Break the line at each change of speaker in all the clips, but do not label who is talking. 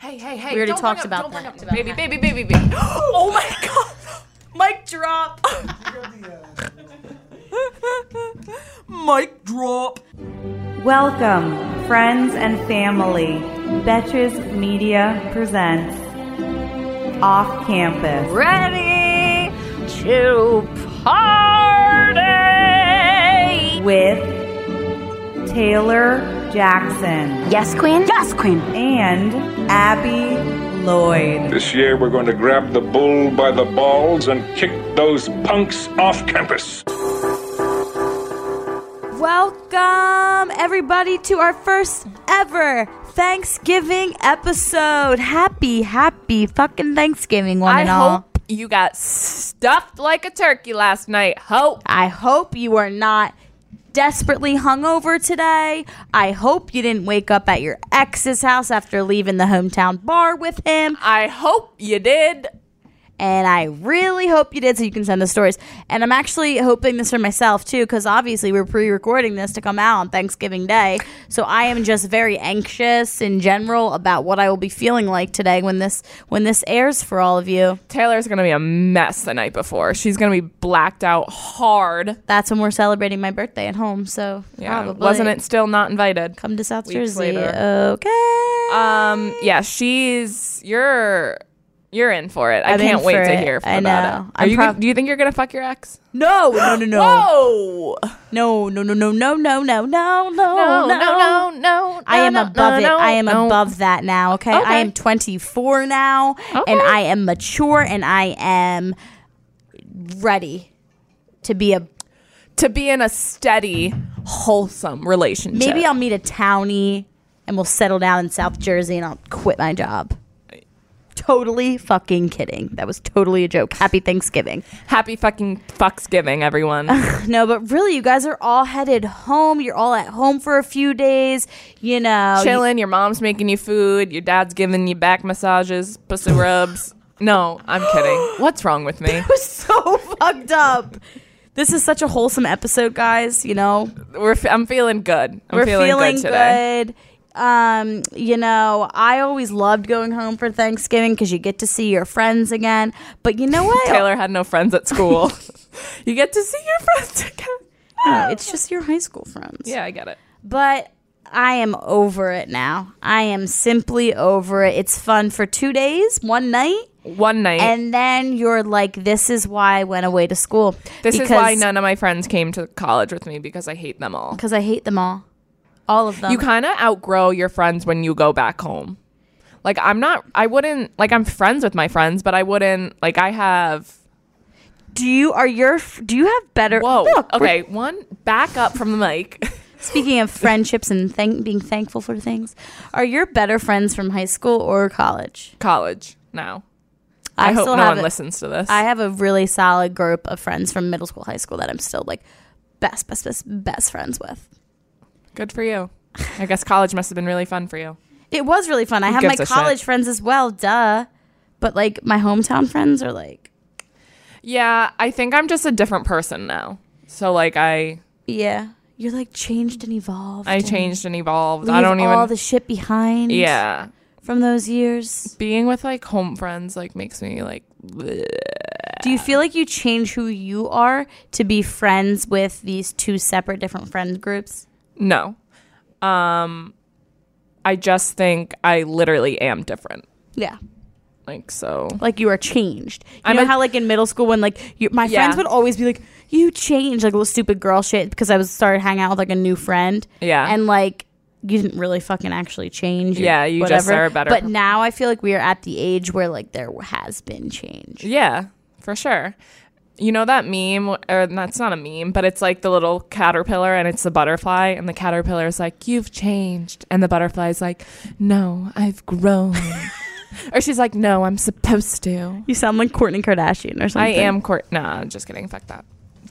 Hey, hey, hey.
We already
don't
talked
bring
about
up, don't
that.
Bring up, baby, baby, baby, baby. oh my god. Mic drop. Mic drop.
Welcome, friends and family. Betches Media presents Off Campus.
Ready to party!
with Taylor Jackson
Yes, queen. Yes, queen.
and Abby Lloyd.
This year, we're going to grab the bull by the balls and kick those punks off campus.
Welcome, everybody, to our first ever Thanksgiving episode. Happy, happy fucking Thanksgiving, one
I
and all.
hope you got stuffed like a turkey last night. Hope.
I hope you are not desperately hungover today. I hope you didn't wake up at your ex's house after leaving the hometown bar with him.
I hope you did.
And I really hope you did so you can send us stories. And I'm actually hoping this for myself too, because obviously we're pre recording this to come out on Thanksgiving Day. So I am just very anxious in general about what I will be feeling like today when this when this airs for all of you.
Taylor's gonna be a mess the night before. She's gonna be blacked out hard.
That's when we're celebrating my birthday at home. So
Yeah,
probably
wasn't it still not invited?
come to South
Weeks
Jersey.
later.
Okay.
Um, yeah, she's you're you're in for it. I
I'm in
can't wait
for
to
it.
hear
I
about
know.
it. Are
I'm
you gonna-
prob-
do you think you're gonna fuck your ex?
no, no, no, no,
Oh
no, no, no, no, no, no, no, no, no,
no!
I am
no,
above
no,
it. I am
no.
above that now. Okay?
Okay.
I am 24 now,
Okay.
and I am mature, and I am ready to be a.
to be in a steady, wholesome relationship.
Maybe I'll meet a townie, and we'll settle down in South Jersey, and I'll quit my job. Totally fucking kidding. That was totally a joke. Happy Thanksgiving.
happy fucking fucksgiving, everyone.
No, but really, you guys are all headed home. You're all at home for a few days. You know, you-
Chilling. Your mom's making you food. Your dad's giving you back massages, pussy rubs. No, I'm kidding. What's wrong with me?
was so fucked up. This is such a wholesome episode, guys. You know,
We're f- I'm feeling good. I'm
we're
feeling,
feeling,
good
good.
today.
Um, you know, I always loved going home for Thanksgiving because you get to see your friends again. But you know what?
Taylor had no friends at school. you get to see your friends again.
No, Oh, it's just your high school friends.
Yeah, I get it.
But I am over it now. I am simply over it. It's fun for two days, one night,
One night.
and then you're like, "This is why I went away to school."
this is why
Because-
none of my friends came to college with me because I hate them all.
Because I hate them all, all of them.
You kind of outgrow your friends when you go back home. Like I'm not I wouldn't like I'm friends with my friends, but I wouldn't like I have
Do you are your do you have better?
Whoa.
Look, we're
okay, one back up from the mic.
Speaking of friendships and thank, being thankful for things, are your better friends from high school or college?
college now. I, hope
still
no
have
one
a-
listens to this.
I have a really solid group of friends from middle school, high school that I'm still like best, best, best, best friends with.
Good for you. I guess college must have been really fun for you.
It was really fun. I have my
gives a shit?
college friends as well, duh. But like my hometown friends are like,
Yeah, I think I'm just a different person now. So like I
yeah, you're like changed and evolved.
I
and
changed and evolved.
Leave
I don't
all
even
the shit behind.
Yeah.
from those years.
Being with like home friends like makes me like bleh.
Do you feel like you change who you are to be friends with these two separate different friend groups?
No. Um I just think I literally am different.
Yeah.
Like so.
Like you are changed. You
I'm
know
a-
how like in middle school when like you, my
Yeah.
friends would always be like, "You changed," like little stupid girl shit because I was started hanging out with like a new friend.
Yeah.
and like you didn't really fucking actually change. or
Yeah, you just
whatever.
are a better
But
per-
now I feel like we are at the age where like there has been change.
Yeah, for sure. you know that meme, or that's not a meme, but it's like the little caterpillar and it's the butterfly, and the caterpillar is like, "You've changed," and the butterfly is like, "No, I've grown," or she's like, "No, I'm supposed to."
You sound like Courtney Kardashian or something.
I am court. Nah, just kidding. Fuck that.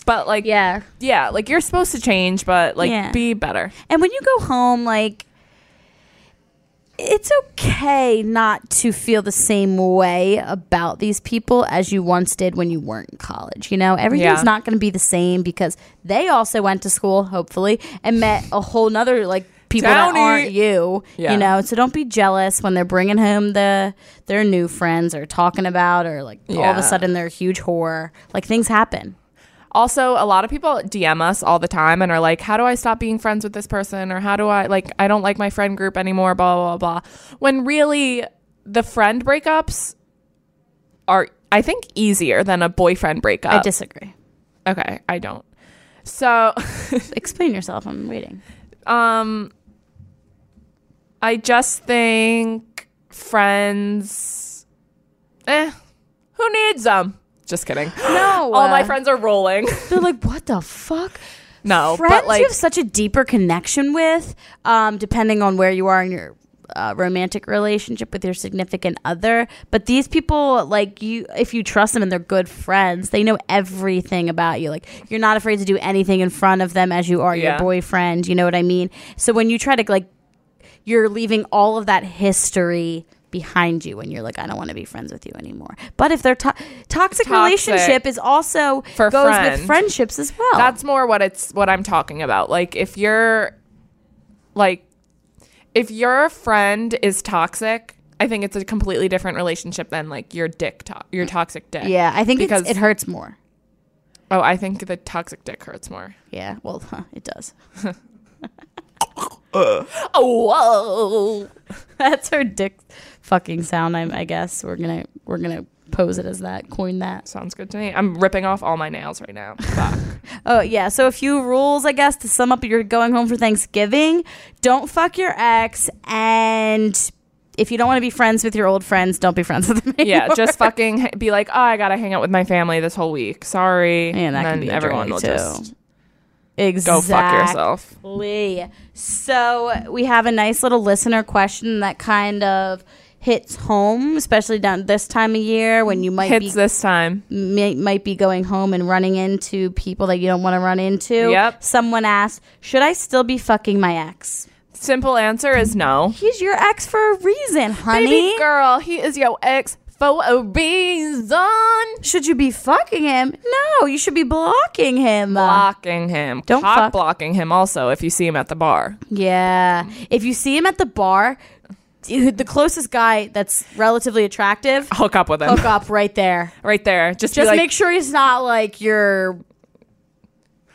But like,
Yeah.
yeah, like you're supposed to change, but like,
Yeah.
be better.
And when you go home, like, it's okay not to feel the same way about these people as you once did when you weren't in college. You know, everything's
Yeah.
not going to be the same because they also went to school, hopefully, and met a whole nother, like, people
Downy.
that aren't you.
Yeah.
You know, so don't be jealous when they're bringing home the their new friends or talking about or, like, all of
Yeah.
a sudden they're a huge whore. Like, things happen.
Also, a lot of people DM us all the time and are like, "How do I stop being friends with this person?" or "How do I like I don't like my friend group anymore?" Blah blah blah. blah. When really, the friend breakups are I think easier than a boyfriend breakup.
I disagree.
okay, I don't. So,
Explain yourself. I'm waiting.
um, I just think friends. Eh, who needs them? Just kidding.
No.
all Oh, my
uh,
friends are rolling.
They're like, what the fuck?
no,
Friends
but like
you have such a deeper connection with, um, depending on where you are in your uh, romantic relationship with your significant other. But these people, like you, if you trust them and they're good friends, they know everything about you. Like you're not afraid to do anything in front of them as you are
Yeah.
your boyfriend. You know what I mean? So when you try to like, you're leaving all of that history behind you and you're like i don't want to be friends with you anymore but if they're to- toxic, relationship is also
For
goes
friend.
with friendships as well
that's more what it's what I'm talking about. Like if you're like if your friend is toxic, I think it's a completely different relationship than like your dick to- your toxic dick.
Yeah, I think
because
it's, it hurts more.
oh, I think the toxic dick hurts more.
Yeah, well, huh, it does.
Oh, whoa.
That's her dick fucking sound. I'm, I guess we're gonna we're gonna pose it as that, coin that.
Sounds good to me. I'm ripping off all my nails right now. Fuck.
Oh yeah. So a few rules, I guess, to sum up. You're going home for Thanksgiving. Don't fuck your ex, and if you don't want to be friends with your old friends, don't be friends with them.
yeah,
anymore.
just fucking h- be like, "Oh, I got to hang out with my family this whole week. Sorry."
Yeah, that
and
can
then
be a
everyone
drag,
will
too.
just
exactly.
go fuck yourself.
Exactly. So we have a nice little listener question that kind of hits home, especially down this time of year when you might be
Hits this time.
may, might be going home and running into people that you don't want to run into.
Yep.
Someone asked, "Should I still be fucking my ex?
Simple answer is no.
He's your ex for a reason, honey.
Baby girl, he is your ex for a reason.
Should you be fucking him? No, you should be blocking him.
Blocking him.
Don't
Cock
fuck-
blocking him also if you see him at the bar.
yeah. If you see him at the bar, the closest guy that's relatively attractive,
Hook up with him.
hook up right there.
Right there. Just, be
Just
like,
make sure he's not like your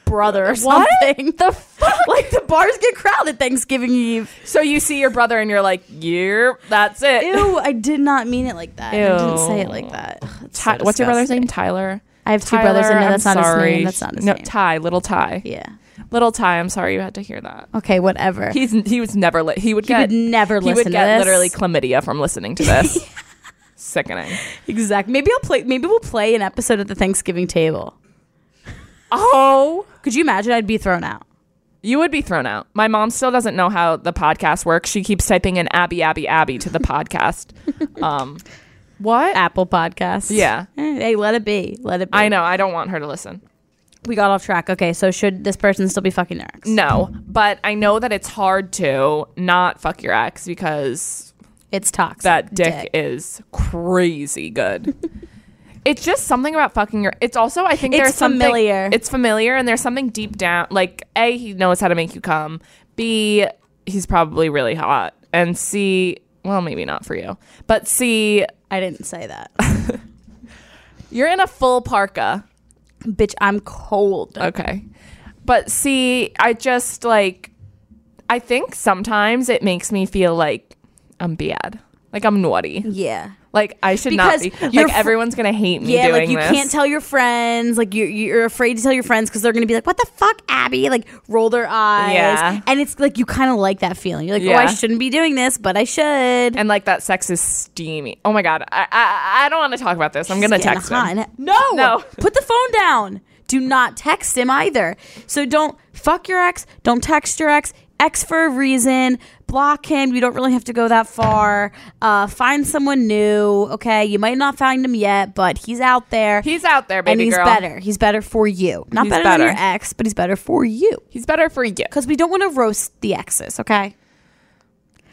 brother or
What?
something. The fuck? like the bars get crowded Thanksgiving Eve.
So you see your brother and you're like, yeah, that's it.
Ew, I did not mean it like that. I didn't say it
Ew.
like that. Ugh, it's
Ty-
so
what's your brother's name?
disgusting.
Tyler.
I have two
Tyler,
brothers and no,
I'm
that's not
sorry.
his name. That's not his
no,
name.
Ty, little Ty.
yeah.
Little Ty, I'm sorry you had to hear that.
Okay, whatever.
He's he was never li- he would
He
get
would never
he
listen
would
to
get
this.
literally chlamydia from listening to this. Sickening.
exactly. Maybe I'll play maybe we'll play an episode at the Thanksgiving table.
Oh,
Could you imagine I'd be thrown out?
You would be thrown out. My mom still doesn't know how the podcast works. She keeps typing in Abby, Abby, Abby to the podcast. Um, what?
Apple Podcasts.
Yeah.
Eh, Hey, let it be. Let it be.
I know. I don't want her to listen.
We got off track. Okay, so should this person still be fucking their ex?
No, but I know that it's hard to not fuck your ex because
It's toxic.
that dick, is crazy good. it's just something about fucking your. It's also I think
It's
there's something-
familiar.
It's familiar, and there's something deep down. Like a, he knows how to make you come. B, he's probably really hot. And C, well, maybe not for you, but C,
I didn't say that.
you're in a full parka.
Bitch, I'm cold.
Okay. But see, I just like, I think sometimes it makes me feel like I'm bad, like I'm naughty.
Yeah.
Like I should
Because
not be.
you're
Like
fr-
everyone's gonna hate me
yeah,
doing
like you
this.
can't tell your friends. Like you're you're afraid to tell your friends because they're gonna be like, "What the fuck, Abby?" Like roll their eyes.
Yeah.
and it's like you kind of like that feeling. You're like, "Oh, I
Yeah.
shouldn't be doing this, but I should."
and like that sex is steamy. Oh my god, I I, I don't want to talk about this. I'm gonna
It's getting
text
hot.
him.
No,
No.
Put the phone down. Do not text him either. So don't fuck your ex. Don't text your ex. Ex for a reason. Block him. You don't really have to go that far. Uh, find someone new. Okay, you might not find him yet, but he's out there.
He's out there, baby
and he's
girl.
better. He's better for you. Not
He's
better, than
better.
your ex, but he's better for you.
He's better for you.
Because we don't want to roast the exes. Okay.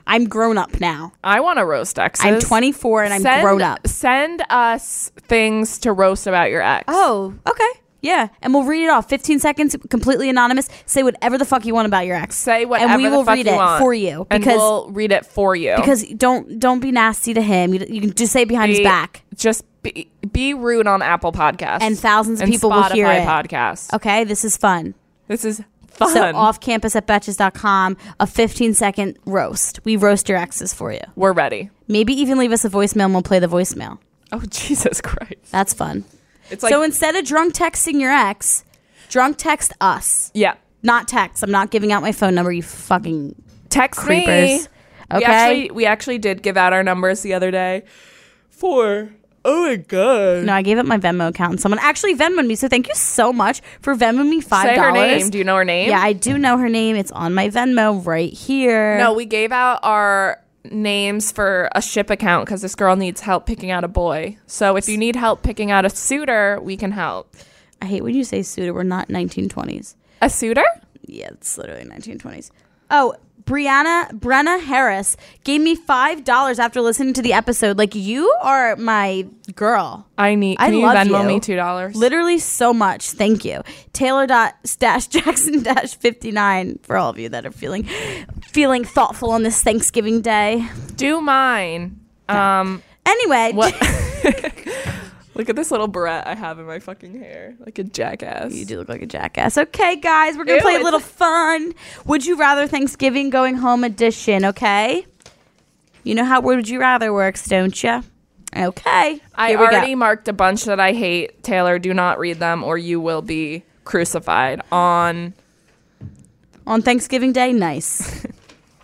I'm grown up now.
I want to roast exes.
I'm 24 and I'm
Send-
grown up.
Send us things to roast about your ex.
Oh, okay. Yeah. And we'll read it off. 15 seconds, completely anonymous. Say whatever the fuck you want about your ex.
say whatever
And we
the
will
fuck
read
you
it
want.
for you.
and
Because
we'll read it for you.
because don't don't be nasty to him. You, you can just say it behind
Be-
his back.
Just be, be rude on Apple Podcasts.
And thousands of
And
people will
Spotify
hear it.
podcasts.
Okay? This is fun.
This is fun.
So off campus at betches.com, a 15 second roast. We roast your exes for you.
We're ready.
Maybe even leave us a voicemail and we'll play the voicemail.
Oh Jesus Christ!
That's fun.
It's like
so instead of drunk texting your ex, drunk text us.
yeah.
Not text. I'm not giving out my phone number, you fucking
Text me.
creepers. Okay.
We actually, we actually did give out our numbers the other day. For oh my god.
No, I gave up my Venmo account and someone actually Venmoed me. So thank you so much for Venmoing me five
Say
dollars.
her name. Do you know her name?
Yeah, I do know her name. It's on my Venmo right here.
No, we gave out our names for a ship account because this girl needs help picking out a boy. So if you need help picking out a suitor, we can help.
I hate when you say suitor. We're not 1920s.
A suitor?
Yeah, it's literally 1920s. Oh, Brianna Brenna Harris gave me five dollars after listening to the episode. Like you are my girl.
I need.
I
Can you
love
Venmo
you.
me two dollars?
Literally so much. Thank you. Taylor dot stash Jackson dash fifty nine for all of you that are feeling feeling thoughtful on this Thanksgiving day.
Do mine. Um,
Anyway,
what? Look at this little barrette I have in my fucking hair, like a jackass.
you do look like a jackass. Okay, guys, we're gonna
Ew,
play a
it's-
little fun. Would you rather Thanksgiving going home edition? Okay, you know how would you rather works, don't you? Okay,
I
here we go.
already marked a bunch that I hate. Taylor, do not read them, or you will be crucified on
on Thanksgiving Day.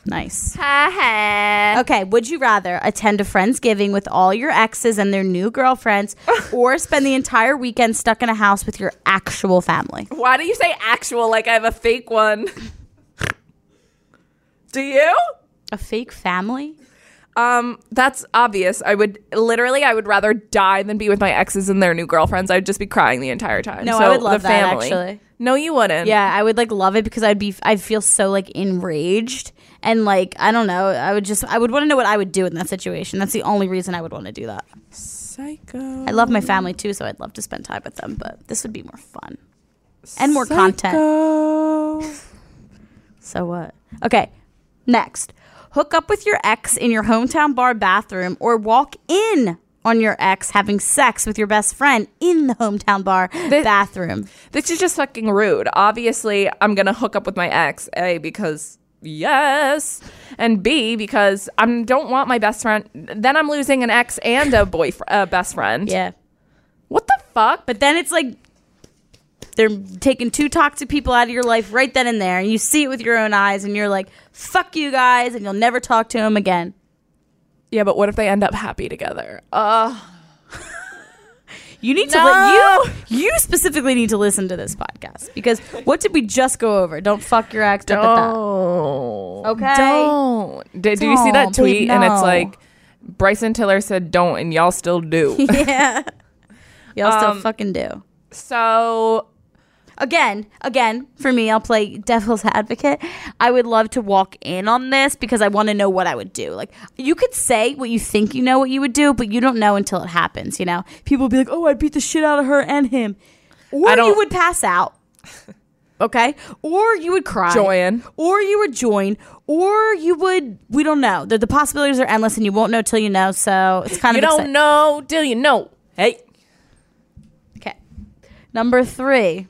Nice, nice. Uh-huh. Okay, would you rather attend a Friendsgiving with all your exes and their new girlfriends, or spend the entire weekend stuck in a house with your actual family?
Why do you say actual like I have a fake one? do you?
A fake family?
Um, that's obvious. I would literally I would rather die than be with my exes and their new girlfriends. I'd just be crying the entire time.
No,
So
I would love
the
that,
family.
actually.
No, you wouldn't.
Yeah, I would like love it because I'd be I'd feel so like enraged and like I don't know, I would just I would want to know what I would do in that situation. That's the only reason I would want to do that.
Psycho.
I love my family too, so I'd love to spend time with them, but this would be more fun. And more content.
Psycho.
So what? Okay. Next. Hook up with your ex in your hometown bar bathroom or walk in on your ex having sex with your best friend in the hometown bar bathroom.
This is just fucking rude. Obviously, I'm gonna hook up with my ex. A because yes, and B because I don't want my best friend. Then I'm losing an ex and a boyfriend, a best friend.
Yeah.
What the fuck?
But then it's like they're taking two toxic people out of your life right then and there, and you see it with your own eyes, and you're like, "Fuck you guys," and you'll never talk to them again.
Yeah, but what if they end up happy together? Uh,
You need to li- you you specifically need to listen to this podcast because what did we just go over? Don't fuck your ex. da, da, da.
don't.
Okay.
Don't. Did, do you see that
Don't, babe,
tweet? And
no.
it's like Bryson Tiller said, "Don't," and y'all still do.
Yeah, y'all
Um,
still fucking do.
so
again, again, for me, I'll play devil's advocate. I would love to walk in on this because I want to know what I would do. Like, you could say what you think you know what you would do, but you don't know until it happens, you know? People be like, oh, I'd beat the shit out of her and him. Or
I don't-
you would pass out. Okay? Or you would cry.
Join.
Or you would join. Or you would, we don't know. The, the possibilities are endless and you won't know till you know. So it's kind
you
of
don't
exci-
know till you know. Hey.
Okay. Number three.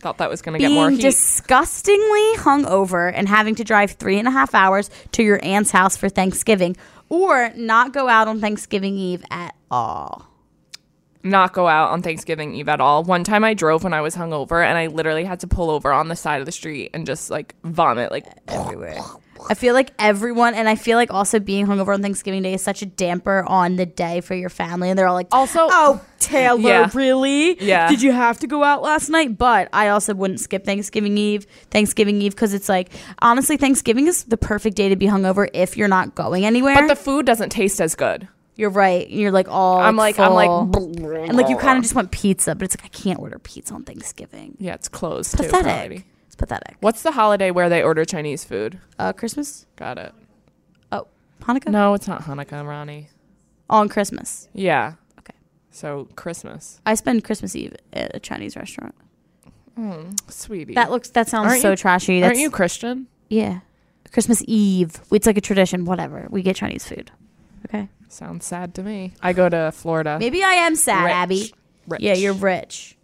thought that was going to get
being
more heat.
disgustingly hungover and having to drive three and a half hours to your aunt's house for Thanksgiving, or not go out on Thanksgiving Eve at all.
not go out on Thanksgiving Eve at all. One time I drove when I was hungover and I literally had to pull over on the side of the street and just like vomit like everywhere.
I feel like everyone, and I feel like also being hungover on Thanksgiving Day is such a damper on the day for your family, and they're all like,
Also-
oh Taylor,
Yeah.
really?
Yeah.
Did you have to go out last night?" But I also wouldn't skip Thanksgiving Eve, Thanksgiving Eve, because it's like honestly, Thanksgiving is the perfect day to be hungover if you're not going anywhere.
But the food doesn't taste as good.
You're right. You're like all.
I'm like- I'm like,
full. and like you kind of just want pizza, but it's like I can't order pizza on Thanksgiving.
Yeah, it's closed too.
Pathetic.
probably.
It's pathetic.
What's the holiday where they order Chinese food?
Uh, Christmas?
Got it.
Oh, Hanukkah?
No, it's not Hanukkah, Ronnie.
On Christmas.
Yeah.
Okay.
So Christmas,
I spend Christmas Eve at a Chinese restaurant.
sweetie.
That looks. That sounds
Aren't
so
you-
trashy. That's,
Aren't you Christian?
Yeah. Christmas Eve. It's like a tradition. Whatever. We get Chinese food. Okay.
Sounds sad to me. I go to Florida.
Maybe I am sad,
Rich.
Abby.
Rich.
Yeah, you're rich.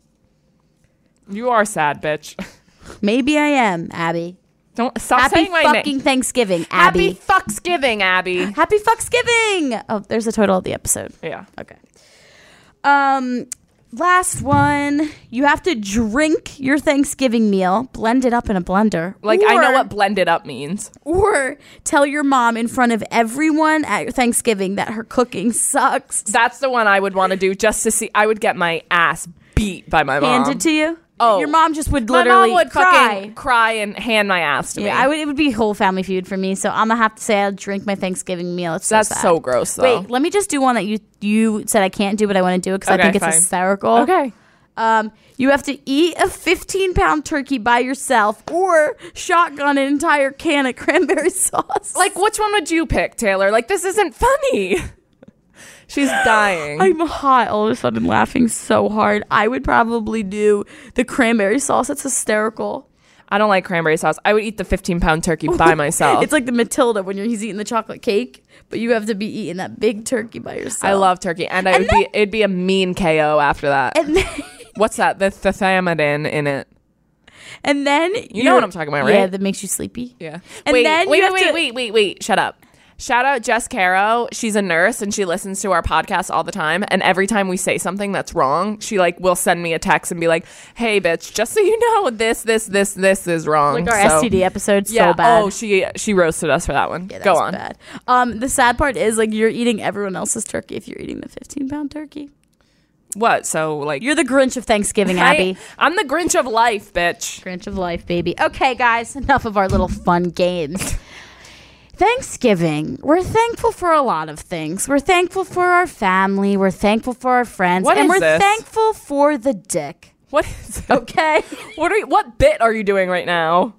You are sad, bitch.
Maybe I am, Abby.
Don't stop
Happy
saying my
fucking
name.
Thanksgiving, Abby.
Happy Fucksgiving, Abby.
Happy Fucksgiving! Oh, there's a total of the episode.
Yeah.
Okay. Um, last one. You have to drink your Thanksgiving meal, blend it up in a blender.
Like I know
or-
what blended up means.
Or tell your mom in front of everyone at your Thanksgiving that her cooking sucks.
That's the one I would want to do just to see. I would get my ass beat by my mom.
Handed to you.
Oh.
your mom just would
my
literally
mom would
cry.
fucking cry and hand my ass to me.
Yeah, I would. It would be whole family feud for me. So I'm gonna have to say I'll drink my Thanksgiving meal. It's so
That's
sad.
so gross, though.
Wait, let me just do one that you you said I can't do, but I want to do it because
Okay,
I think it's
fine.
hysterical.
okay.
Um, you have to eat a 15 pound turkey by yourself or shotgun an entire can of cranberry sauce.
Like, which one would you pick, Taylor? Like, this isn't funny. She's dying.
I'm hot all of a sudden laughing so hard. I would probably do the cranberry sauce. It's hysterical.
I don't like cranberry sauce. I would eat the 15 pound turkey by myself.
It's like the Matilda when you're, he's eating the chocolate cake, but you have to be eating that big turkey by yourself.
I love turkey, and I
And
would
then-
be. It'd be a mean KO after that.
And then,
What's that? The thiamidin in it.
and then
You know what I'm talking about, right?
Yeah, that makes you sleepy.
Yeah.
And
wait,
then
wait,
you have
wait,
to-
wait, wait, wait. Shut up. Shout out Jess Caro. She's a nurse and she listens to our podcast all the time. And every time we say something that's wrong, she like will send me a text and be like, "Hey, bitch, just so you know, this, this, this, this is wrong."
Like our
So-
STD episode's
Yeah.
so bad.
Oh, she she roasted us for that one.
Yeah, that
Go
was
on.
Bad. Um, the sad part is like you're eating everyone else's turkey if you're eating the 15 pound turkey.
What? So like
You're the Grinch of Thanksgiving,
I-
Abby.
I'm the Grinch of life, bitch.
Grinch of life, baby. Okay, guys, enough of our little fun games. Thanksgiving. We're thankful for a lot of things. We're thankful for our family. We're thankful for our friends.
What
and
is
we're
this? Oh.
thankful for the dick.
What is
Okay?
what are you, what bit are you doing right now?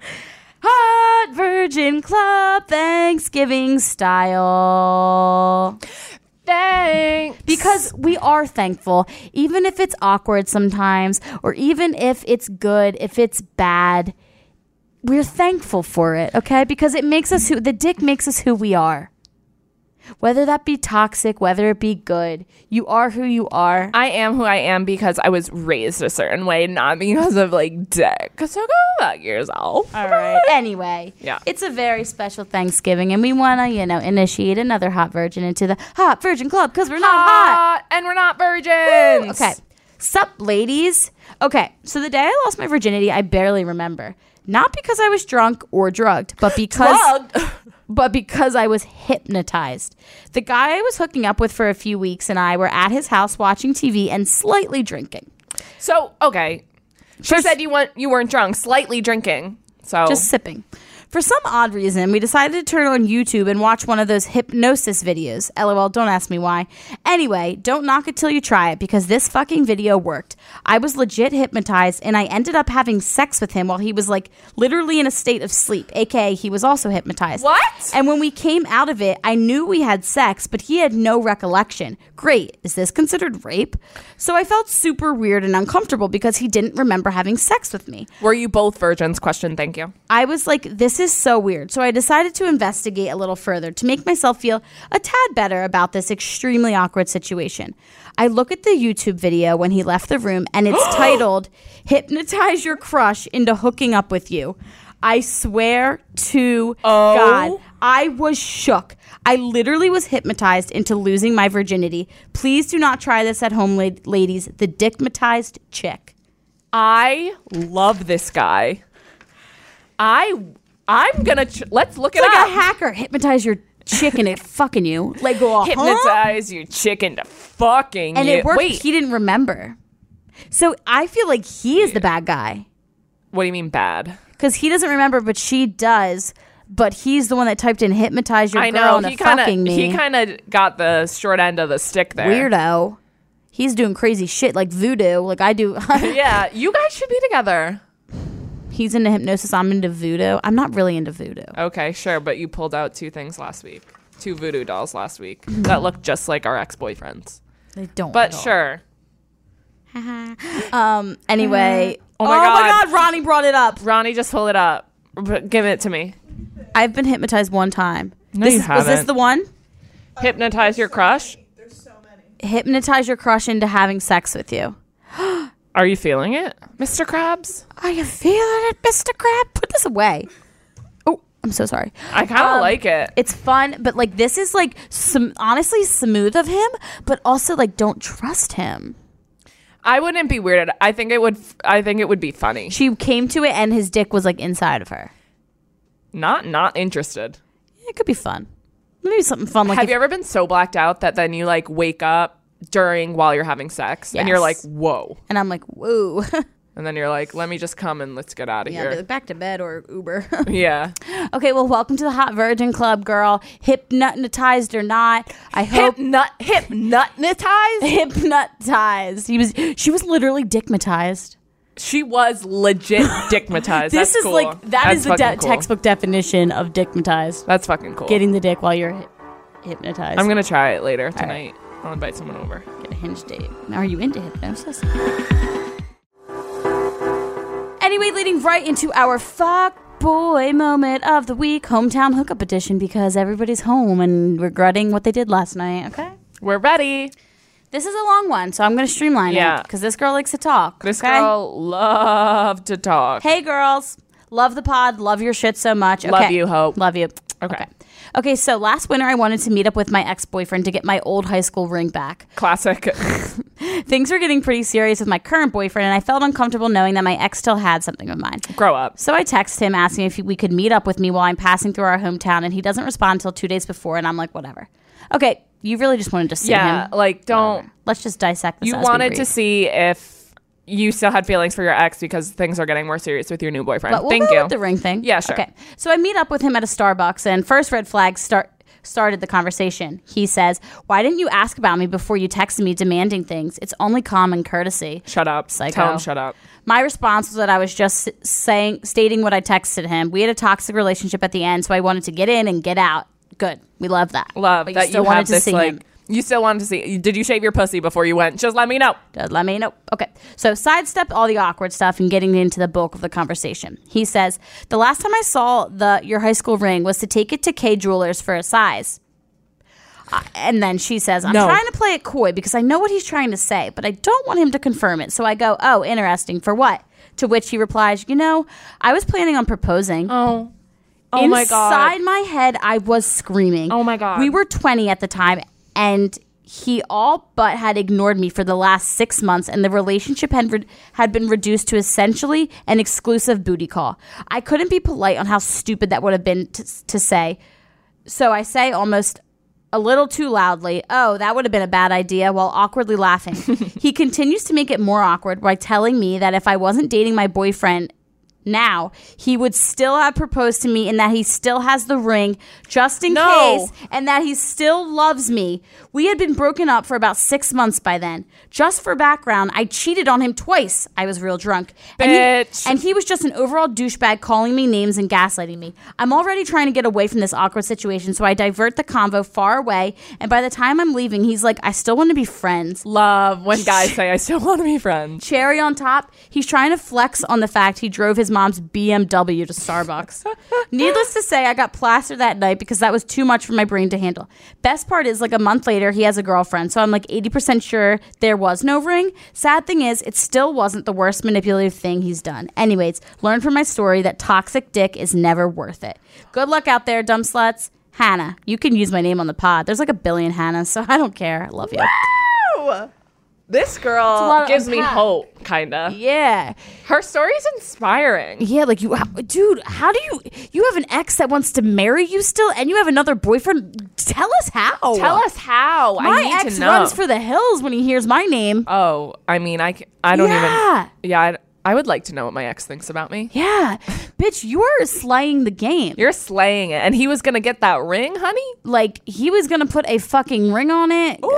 Hot Virgin Club Thanksgiving style.
Thanks.
Because we are thankful, even if it's awkward sometimes, or even if it's good, if it's bad, we're thankful for it, okay? Because it makes us who the dick makes us who we are. Whether that be toxic, whether it be good, you are who you are.
I am who I am because I was raised a certain way, not because of like dick. So go fuck yourself.
All right. Anyway,
Yeah.
it's a very special Thanksgiving, and we want to, you know, initiate another hot virgin into the hot virgin club because we're not hot.
Hot, and we're not virgins.
Okay. Sup, ladies? Okay, so the day I lost my virginity, I barely remember. Not because I was drunk or drugged, but because
Drugged?
but because I was hypnotized. The guy I was hooking up with for a few weeks and I were at his house watching TV and slightly drinking.
So okay, she
First-
said you want you weren't drunk, slightly drinking. So
just sipping. For some odd reason, we decided to turn on YouTube and watch one of those hypnosis videos. LOL, don't ask me why. Anyway, don't knock it till you try it because this fucking video worked. I was legit hypnotized and I ended up having sex with him while he was like literally in a state of sleep, aka he was also hypnotized.
What?
And when we came out of it, I knew we had sex, but he had no recollection. Great. Is this considered rape? So I felt super weird and uncomfortable because he didn't remember having sex with me.
were you both virgins? Question. Thank you.
I was like, this This is so weird. So I decided to investigate a little further to make myself feel a tad better about this extremely awkward situation. I look at the YouTube video when he left the room and it's titled Hypnotize Your Crush into Hooking Up with You. I swear to God, I was shook. I literally was hypnotized into losing my virginity. Please do not try this at home, la- ladies. The dickmatized chick.
I love this guy. I I'm gonna ch- let's look
It's
it
like
up.
a hacker. Hypnotize your chick and it fucking you. Like go off.
Hypnotize your chicken to fucking
And
you.
it worked.
Wait,
He didn't remember. So I feel like he is the bad guy
what do you mean bad?
because he doesn't remember, but she does. But he's the one that typed in hypnotize your
I
girl
know
into
he kind
fucking
of
me.
he kind of got the short end of the stick there.
Weirdo. He's doing crazy shit like voodoo, like I do.
Yeah, you guys should be together.
He's into hypnosis. I'm into voodoo. I'm not really into voodoo.
Okay, sure, but you pulled out two things last week. Two voodoo dolls last week that looked just like our ex-boyfriends.
I don't.
But
at all.
sure.
Anyway.
Oh my God.
Ronnie brought it up.
Ronnie just pulled it up. B- Give it to me.
I've been hypnotized one time.
No,
this
you
is, was this
haven't.
the one?
Hypnotize your crush.
Hypnotize your crush into having sex with you.
Are you feeling it, Mr. Krabs?
Are you feeling it, Mr. Crab? Put this away. Oh, I'm so sorry.
I kind
Um,
of like it.
It's fun, but like this is like some honestly smooth of him, but also like don't trust him.
I wouldn't be weirded. I think it would. I think it would be funny.
She came to it and his dick was like inside of her.
Not not interested.
It could be fun. Maybe something fun like
Have
if-
you ever been so blacked out that then you like wake up during while you're having sex and you're like,
Yes.
whoa,
and I'm like, whoa.
and then you're like, let me just come and let's get out of
yeah, I'd be
here.
like, back to bed or Uber.
yeah.
okay, well, welcome to the Hot Virgin Club, girl. Hypnotized or not, I hope
Hip nut hip nutnetized.
hypnotized. He was she was literally dickmatized.
She was legit dickmatized.
This
That's
is
cool.
like that
That's
is the de-
fucking cool.
textbook definition of dickmatized.
That's fucking cool.
Getting the dick while you're hy- hypnotized.
I'm gonna try it later tonight. I'll invite someone over.
get a hinge date. Are you into hypnosis? Anyway, leading right into our fuck boy moment of the week, hometown hookup edition, because everybody's home and regretting what they did last night. Okay.
We're ready.
This is a long one, so I'm going to streamline
Yeah.
it because this girl likes to talk.
This
okay?
girl loved to talk.
Hey, girls. Love the pod. Love your shit so much.
Love
Okay.
you, Hope.
Love you.
Okay.
Okay, so last winter I wanted to meet up with my ex boyfriend to get my old high school ring back.
Classic.
Things were getting pretty serious with my current boyfriend, and I felt uncomfortable knowing that my ex still had something of mine.
Grow up.
So I text him asking if we could meet up with me while I'm passing through our hometown, and he doesn't respond until two days before, and I'm like, whatever. Okay, you really just wanted to see
Yeah,
him.
like don't
Let's just dissect this.
you
as we
wanted to
breathe.
see if you still had feelings for your ex because things are getting more serious with your new boyfriend.
But we'll
Thank
go
you.
with the ring thing.
Yeah, sure.
Okay. So I meet up with him at a Starbucks, and first red flag start started the conversation. He says, "Why didn't you ask about me before you texted me demanding things? It's only common courtesy."
Shut up.
Psycho.
Tell him shut up.
My response was that I was just s- saying, stating what I texted him. We had a toxic relationship at the end, so I wanted to get in and get out. Good, we love that.
Love
but you
that
still
you
wanted
have
to
this
see
like
him.
you still wanted to see. Did you shave your pussy before you went? Just let me know.
Uh, Let me know. Okay. So sidestep all the awkward stuff and getting into the bulk of the conversation. He says, The last time I saw the your high school ring was to take it to K Jewelers for a size. Uh, and then she says, I'm
No.
trying to play it coy because I know what he's trying to say, but I don't want him to confirm it. So I go, Oh, interesting. For what? To which he replies, You know, I was planning on proposing.
Oh. Oh
Inside
my god.
my head, I was screaming.
Oh my God.
We were 20 at the time, and he all but had ignored me for the last six months, and the relationship had, re- had been reduced to essentially an exclusive booty call. I couldn't be polite on how stupid that would have been to, to say. So I say almost a little too loudly, Oh, that would have been a bad idea, while awkwardly laughing. he continues to make it more awkward by telling me that if I wasn't dating my boyfriend now, he would still have proposed to me and that he still has the ring just in
No.
case and that he still loves me. We had been broken up for about six months by then. Just for background, I cheated on him twice. I was real drunk. And
Bitch.
he, and he was just an overall douchebag calling me names and gaslighting me. I'm already trying to get away from this awkward situation, so I divert the convo far away. And by the time I'm leaving, he's like, I still want to be friends.
Love when guys say I still want to be friends.
Cherry on top, he's trying to flex on the fact he drove his his mom's BMW to Starbucks. Needless to say, I got plastered that night because that was too much for my brain to handle. Best part is, like a month later, he has a girlfriend, so I'm like 80% sure there was no ring. Sad thing is, it still wasn't the worst manipulative thing he's done. Anyways, learn from my story that toxic dick is never worth it. Good luck out there, dumb sluts. Hannah, you can use my name on the pod. There's like a billion Hannahs, so I don't care. I love you.
This
lot
girl
to
gives me
unpack.
hope, kind of.
Yeah.
Her story's inspiring.
Yeah, like you, how, dude. How do you? You have an ex that wants to marry you still, and you have another boyfriend. Tell us how.
Tell us how. I
My
need
ex
to know.
runs for the hills when he hears my name.
oh, I mean, I, c- I don't
Yeah.
even. Yeah, I, I would like to know what my ex thinks about me.
yeah, bitch, you're slaying the game.
You're slaying it. And he was going to get that ring, honey?
like he was gonna put a fucking ring on it.
Ooh,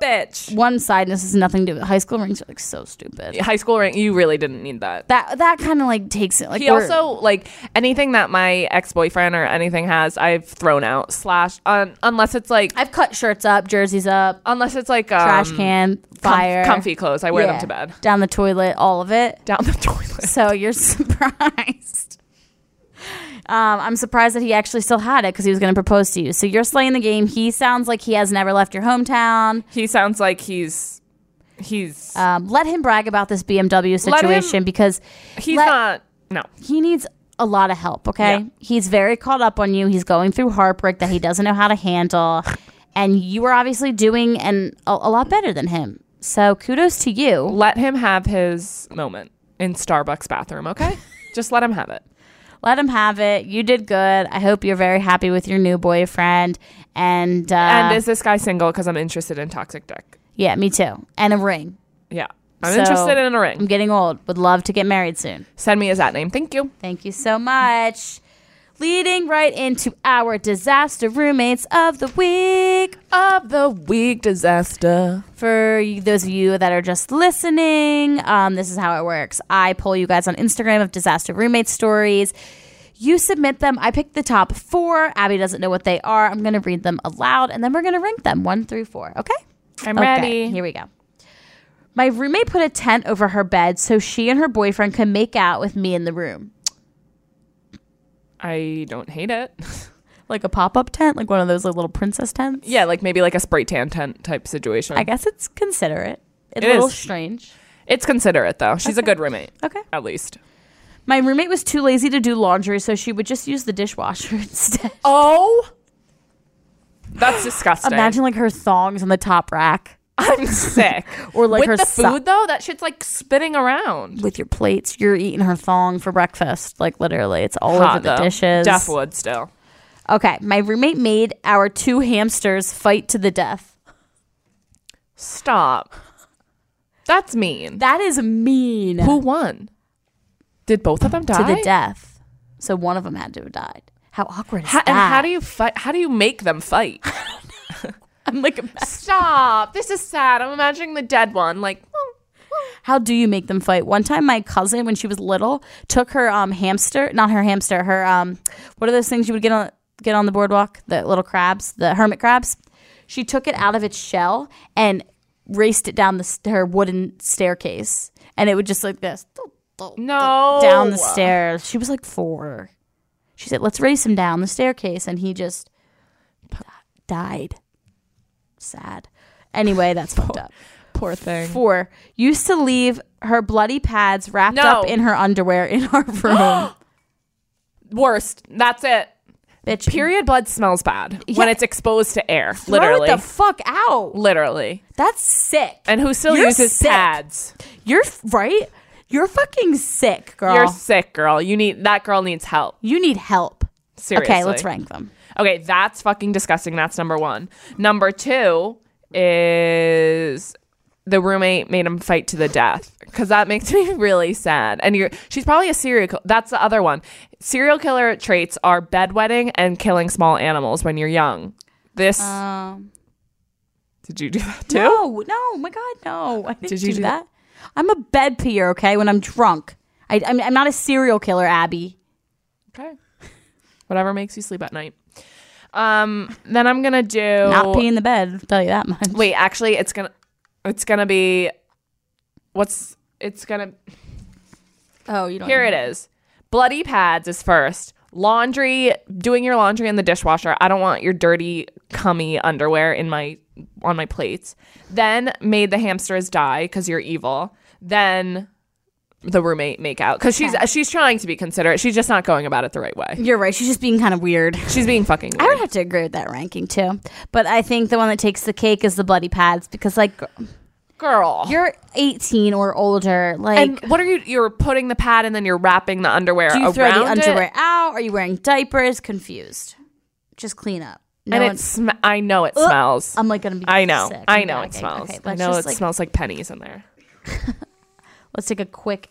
bitch.
One side, this has nothing to do with high school rings. Are like so stupid.
High school ring, you really didn't need that.
That that kind of like takes it. Like
He
we're-
also like anything that my ex boyfriend or anything has, I've thrown out slash un- unless it's like
I've cut shirts up, jerseys up,
unless it's like um,
trash can,
com-
fire,
comfy clothes. I wear
Yeah.
them to bed
down the toilet, all of it.
down the toilet.
So you're surprised. Um, I'm surprised that he actually still had it because he was going to propose to you. So you're slaying the game. He sounds like he has never left your hometown.
He sounds like he's he's
Um, let him brag about this BMW
Let him-
situation because
he's
let-
not no.
he needs a lot of help, okay?
Yeah.
He's very caught up on you. He's going through heartbreak that he doesn't know how to handle. And you are obviously doing an, a, a lot better than him. So kudos to you.
Let him have his moment in Starbucks bathroom, okay? Just let him have it.
Let him have it. You did good. I hope you're very happy with your new boyfriend. And, uh,
and is this guy single? Because I'm interested in toxic dick.
Yeah, me too. And a ring.
Yeah, I'm
So-
interested in
I'm
a ring.
getting old. Would love to get married soon.
Send me his at name. Thank you.
Thank you so much. Leading right into our disaster roommates of the week.
Of the week disaster.
For you- those of you that are just listening, um, this is how it works. I poll you guys on Instagram of disaster roommate stories. You submit them. I pick the top four. Abby doesn't know what they are. I'm going to read them aloud and then we're going to rank them one through four. Okay?
I'm
Okay,
ready.
Here we go. My roommate put a tent over her bed so she and her boyfriend could make out with me in the room.
I don't hate it.
Like a pop up tent, like one of those like, little princess tents.
yeah, like maybe like a spray tan tent type situation.
I guess it's considerate. It's
It
a little
is.
strange.
it's considerate though. She's a good roommate,
Okay.
at least.
My roommate was too lazy to do laundry, so she would just use the dishwasher instead.
Oh, that's disgusting.
Imagine like her thongs on the top rack
I'm sick.
Or, like,
With
her
the
so-
food though, that shit's like spitting around.
with your plates. You're eating her thong for breakfast. Like literally, it's all
Hot,
over the
though.
dishes.
Deaf wood still.
Okay, my roommate made our two hamsters fight to the death.
Stop. That's mean.
That is mean.
Who won? Did both of them die?
to the death. So one of them had to have died. How awkward is
How,
that?
and how do you fight? How do you make them fight?
I'm like,
Stop. This is sad. I'm imagining the dead one. Like,
how do you make them fight? One time, my cousin, when she was little, took her um hamster, not her hamster, her um, what are those things you would get on get on the boardwalk? The little crabs, the hermit crabs. She took it out of its shell and raced it down the st- her wooden staircase, and it would just like this
no.
down the stairs. She was like four. She said, "Let's race him down the staircase," and he just died. Sad. Anyway, that's fucked up.
Poor thing.
Four used to leave her bloody pads wrapped
No.
up in her underwear in our room.
Worst. That's it.
Bitch,
Period blood smells bad
Yeah.
when it's exposed to air.
Throw
literally.
it the fuck out.
literally.
That's sick.
And who still
You're
uses
sick.
pads?
You're f- right. You're fucking sick, girl.
You're sick, girl. You need that girl needs help.
you need help.
Seriously.
Okay, let's rank them.
Okay, that's fucking disgusting. That's number one. Number two is the roommate made him fight to the death because that makes me really sad. And you're, she's probably a serial. Kill- that's the other one. Serial killer traits are bedwetting and killing small animals when you're young. This
Um,
did you do that too?
No, no, my God, no. I didn't
Did you
do,
do
that? I'm a bed peer, okay, when I'm drunk. I, I'm, I'm not a serial killer, Abby.
Okay, whatever makes you sleep at night. Um, then I'm gonna do
Not pee in the bed, I'll tell you that much.
Oh. Wait, actually, it's gonna it's gonna be what's it's gonna
Oh, you don't.
Here it is. Bloody pads is first. Laundry, doing your laundry in the dishwasher. I don't want your dirty cummy underwear in my on my plates. Then made the hamsters die because you're evil. Then the roommate make out because she's she's trying to be considerate. She's just not going about it the right way.
You're right. She's just being kind of weird.
She's being fucking.
I
Weird.
would have to agree with that ranking too. But I think the one that takes the cake is the bloody pads because like
Girl,
you're 18 or older. Like
and what are you? You're putting the pad and then you're wrapping the underwear
do you
around
throw the
it?
underwear out? Are you wearing diapers? Confused. Just clean up. No
and
one-
it sm- I know it smells.
I'm like gonna be.
I know.
sick. I'm
I know it
gagging.
smells.
Okay,
I
let's
know
just,
it
like,
smells like pennies in there.
Let's take a quick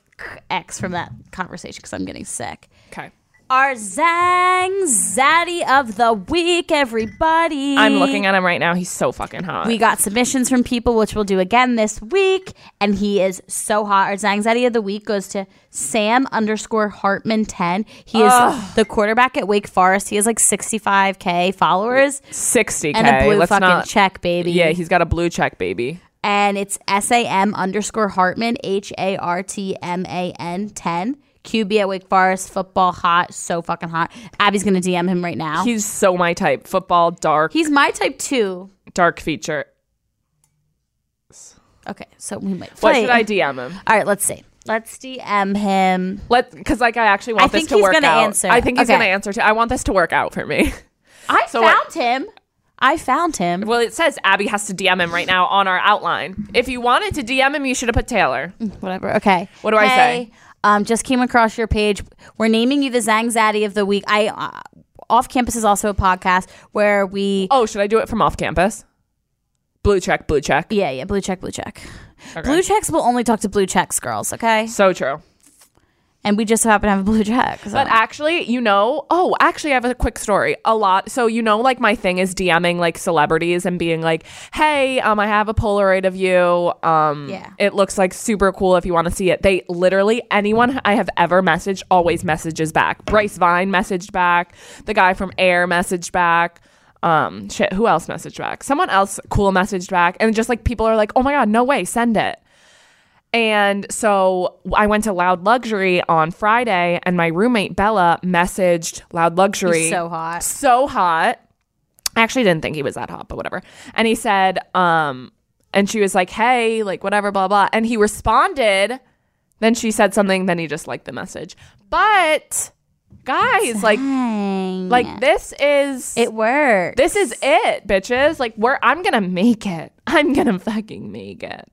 X from that conversation because I'm getting sick.
Okay.
Our Zang Zaddy of the week, everybody.
I'm looking at him right now. He's so fucking hot.
We got submissions from people, which we'll do again this week. And he is so hot. Our Zang Zaddy of the week goes to Sam underscore Hartman 10. He is the quarterback at Wake Forest. He has like 65K followers
60k.
and a blue
Let's
fucking
not.
check, baby.
Yeah, he's got a blue check, baby.
and it's S A M underscore Hartman H A R T M A N ten. QB at Wake Forest, football hot, so fucking hot. Abby's gonna DM him right now.
He's so my type. Football, dark,
He's my type too.
dark feature.
Okay, so we might.
What
fight.
should I DM him?
All right, let's see. Let's DM him.
Let because like I actually want
I
this
think
to
he's
work
gonna
out.
answer.
I think he's
Okay.
gonna answer too. I want this to work out for me.
I
So
found
what-
him. I found him.
Well, it says Abby has to DM him right now on our outline. If you wanted to DM him, you should have put Taylor.
Whatever. Okay.
What do I
Hey,
say?
Um, just came across your page. We're naming you the Zang Zaddy of the week. I uh, off campus is also a podcast where we
Oh, should I do it from off campus? Blue check, blue check.
Yeah, yeah, blue check, blue check. Blue checks will only talk to blue checks, girls, okay?
So true.
And we just so happen to have a blue check. so-
But actually, you know, oh, actually, I have a quick story. A lot. So, you know, like my thing is DMing like celebrities and being like, hey, um, I have a Polaroid of you. Um,
Yeah.
It looks like super cool if you want to see it. They literally, anyone I have ever messaged always messages back. Bryce Vine messaged back. The guy from Air messaged back. Um, shit, who else messaged back? Someone else cool messaged back. And just like people are like, oh my God, no way, send it. And so I went to Loud Luxury on Friday, and my roommate Bella messaged Loud Luxury.
He's so hot.
So hot. I actually didn't think he was that hot, but whatever. And he said, um, and she was like, hey, like whatever, blah, blah. And he responded. Then she said something, then he just liked the message. But guys, like
Dang.
like this is
it worked.
this is it, bitches. Like we're I'm gonna make it. I'm gonna fucking make it.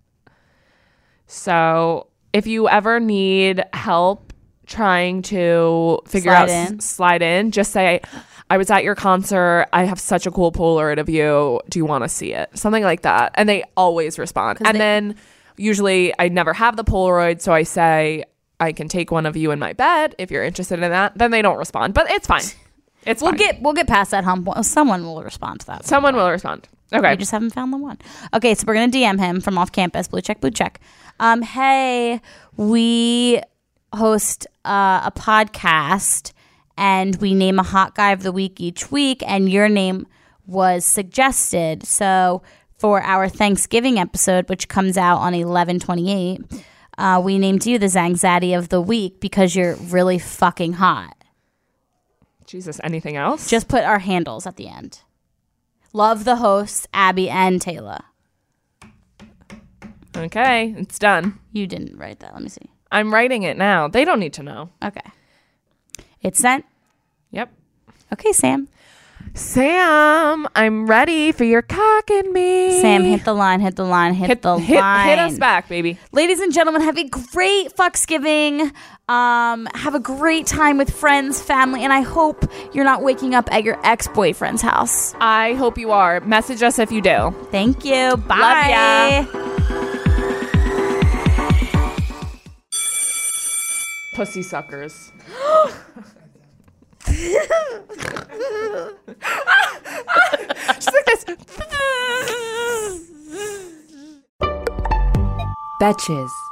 So if you ever need help trying to figure
Slide
out s-
in.
slide in, just say, I was at your concert. I have such a cool Polaroid of you. Do you want to see it? Something like that. And they always respond. And then usually I never have the Polaroid, so I say I can take one of you in my bed if you're interested in that. Then they don't respond, but it's fine. It's
we'll
fine.
get we'll get past that hump. Well, Someone will respond to that. So
Someone will respond. Okay.
we just haven't found the one. Okay, so we're gonna DM him from off campus. Blue check, blue check. Um, hey, we host uh, a podcast and we name a hot guy of the week each week, and your name was suggested. So for our Thanksgiving episode, which comes out on eleven twenty eight, uh, we named you the Zang Zaddy of the week because you're really fucking hot.
Jesus, anything else?
Just put our handles at the end. Love the hosts, Abby and Taylor.
okay, it's done.
You didn't write that. Let me see.
I'm writing it now. They don't need to know.
Okay. It's sent.
Yep.
Okay, Sam.
Sam, I'm ready for your cock and me.
Sam, hit the line, hit the line, hit,
hit
the
hit,
line.
hit us back, baby.
Ladies and gentlemen, have a great Fucksgiving. Um, have a great time with friends, family, and I hope you're not waking up at your ex boyfriend's house.
I hope you are. Message us if you do.
Thank you. Bye.
ya. Pussy suckers. She's like this.
Betches.